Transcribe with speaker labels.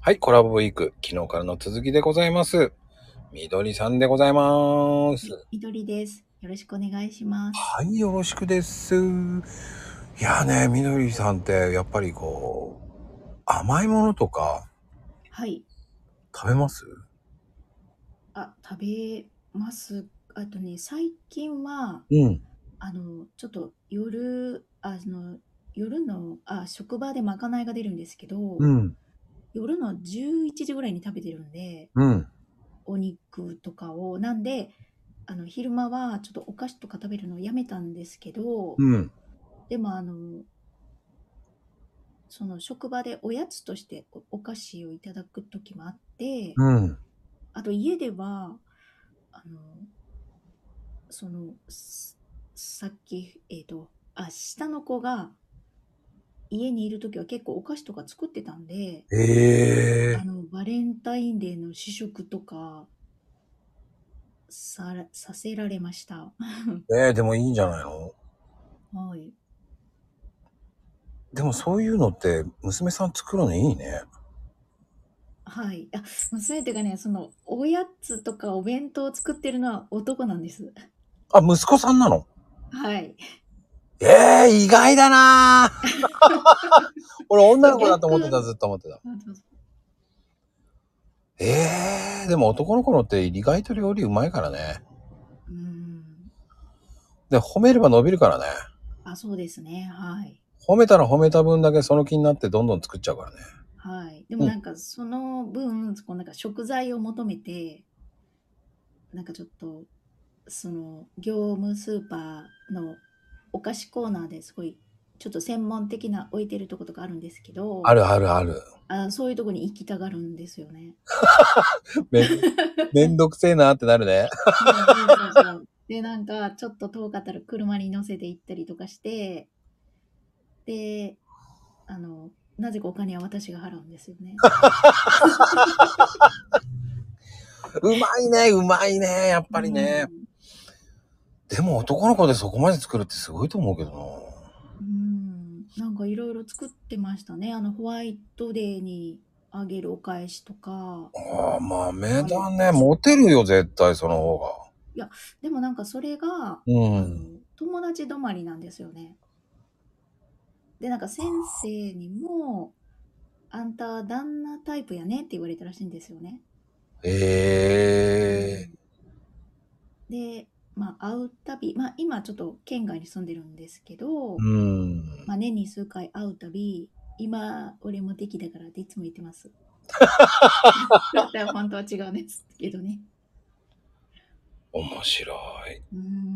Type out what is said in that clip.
Speaker 1: はい、コラボウィーク、昨日からの続きでございます。みどりさんでございます。
Speaker 2: みどりです。よろしくお願いします。
Speaker 1: はい、よろしくです。いやね、みどりさんって、やっぱりこう、甘いものとか
Speaker 2: はい。
Speaker 1: 食べます
Speaker 2: あ、食べます。あとね、最近は、
Speaker 1: うん。
Speaker 2: あの、ちょっと夜、あの、夜の、あ、職場でまかないが出るんですけど、
Speaker 1: うん。
Speaker 2: 夜の11時ぐらいに食べてるんで、
Speaker 1: うん。
Speaker 2: お肉とかを、なんで、あの、昼間はちょっとお菓子とか食べるのをやめたんですけど、
Speaker 1: うん。
Speaker 2: でもあの、その職場でおやつとしておお菓子をいただく時もあって、
Speaker 1: うん。
Speaker 2: あと家ではあのそのすさっきえっ、とあ下の子が家にいる時は結構お菓子とか作ってたんで、
Speaker 1: ええ
Speaker 2: あのバレンタインデーの試食とかさらさせられました。
Speaker 1: ええでもいいんじゃないの
Speaker 2: はい。
Speaker 1: でもそういうのって、娘さん作るのいいね。
Speaker 2: はい、あ娘っていうかねそのおやつとかお弁当を作ってるのは男なんです。
Speaker 1: あ、息子さんなの
Speaker 2: はい。
Speaker 1: ええ意外だなぁ 俺女の子だと思ってた、ずっと思ってた。ええでも男の子のって意外と料理うまいからね。
Speaker 2: うん。
Speaker 1: で、褒めれば伸びるからね。
Speaker 2: あそうですねはい。
Speaker 1: 褒めたら褒めた分だけその気になってどんどん作っちゃうからね。
Speaker 2: はい、で
Speaker 1: う
Speaker 2: も
Speaker 1: ん
Speaker 2: なんかその分、こうなんか食材を求めてなんかちょっとその業務スーパーのお菓子コーナーですごいちょっと専門的な置いてるとことかあるんですけど
Speaker 1: あるあるある。
Speaker 2: あそういうとこに行きたがるんです よね。
Speaker 1: めんめんどくせえなってなるね。
Speaker 2: そうそうそうそうでなんかちょっと遠かったら車に乗せて行ったりとかしてであのなぜかお金は私が払うんですよね。
Speaker 1: うまいね、うまいね、やっぱりね。
Speaker 2: うん
Speaker 1: でも男の子でそこまで作るってすごいと思うけどな
Speaker 2: うん、なんかいろいろ作ってましたね。あのホワイトデーにあげるお返しとか。
Speaker 1: ああ、豆だね。モテるよ、絶対その方が。
Speaker 2: でもなんかそれが、
Speaker 1: う
Speaker 2: あ
Speaker 1: ん。
Speaker 2: の友達止まりなんですよね。で、なんか先生にも、あんた旦那タイプやねって言われたらしいんですよね。
Speaker 1: ええ
Speaker 2: で、まあ会うたび、まあ今ちょっと県外に住んでるんですけど、
Speaker 1: うん。
Speaker 2: まあ年に数回会うたび、今俺もできだからっていつも言ってます。 だから本当は違うんですけどね。
Speaker 1: 面白い。
Speaker 2: うん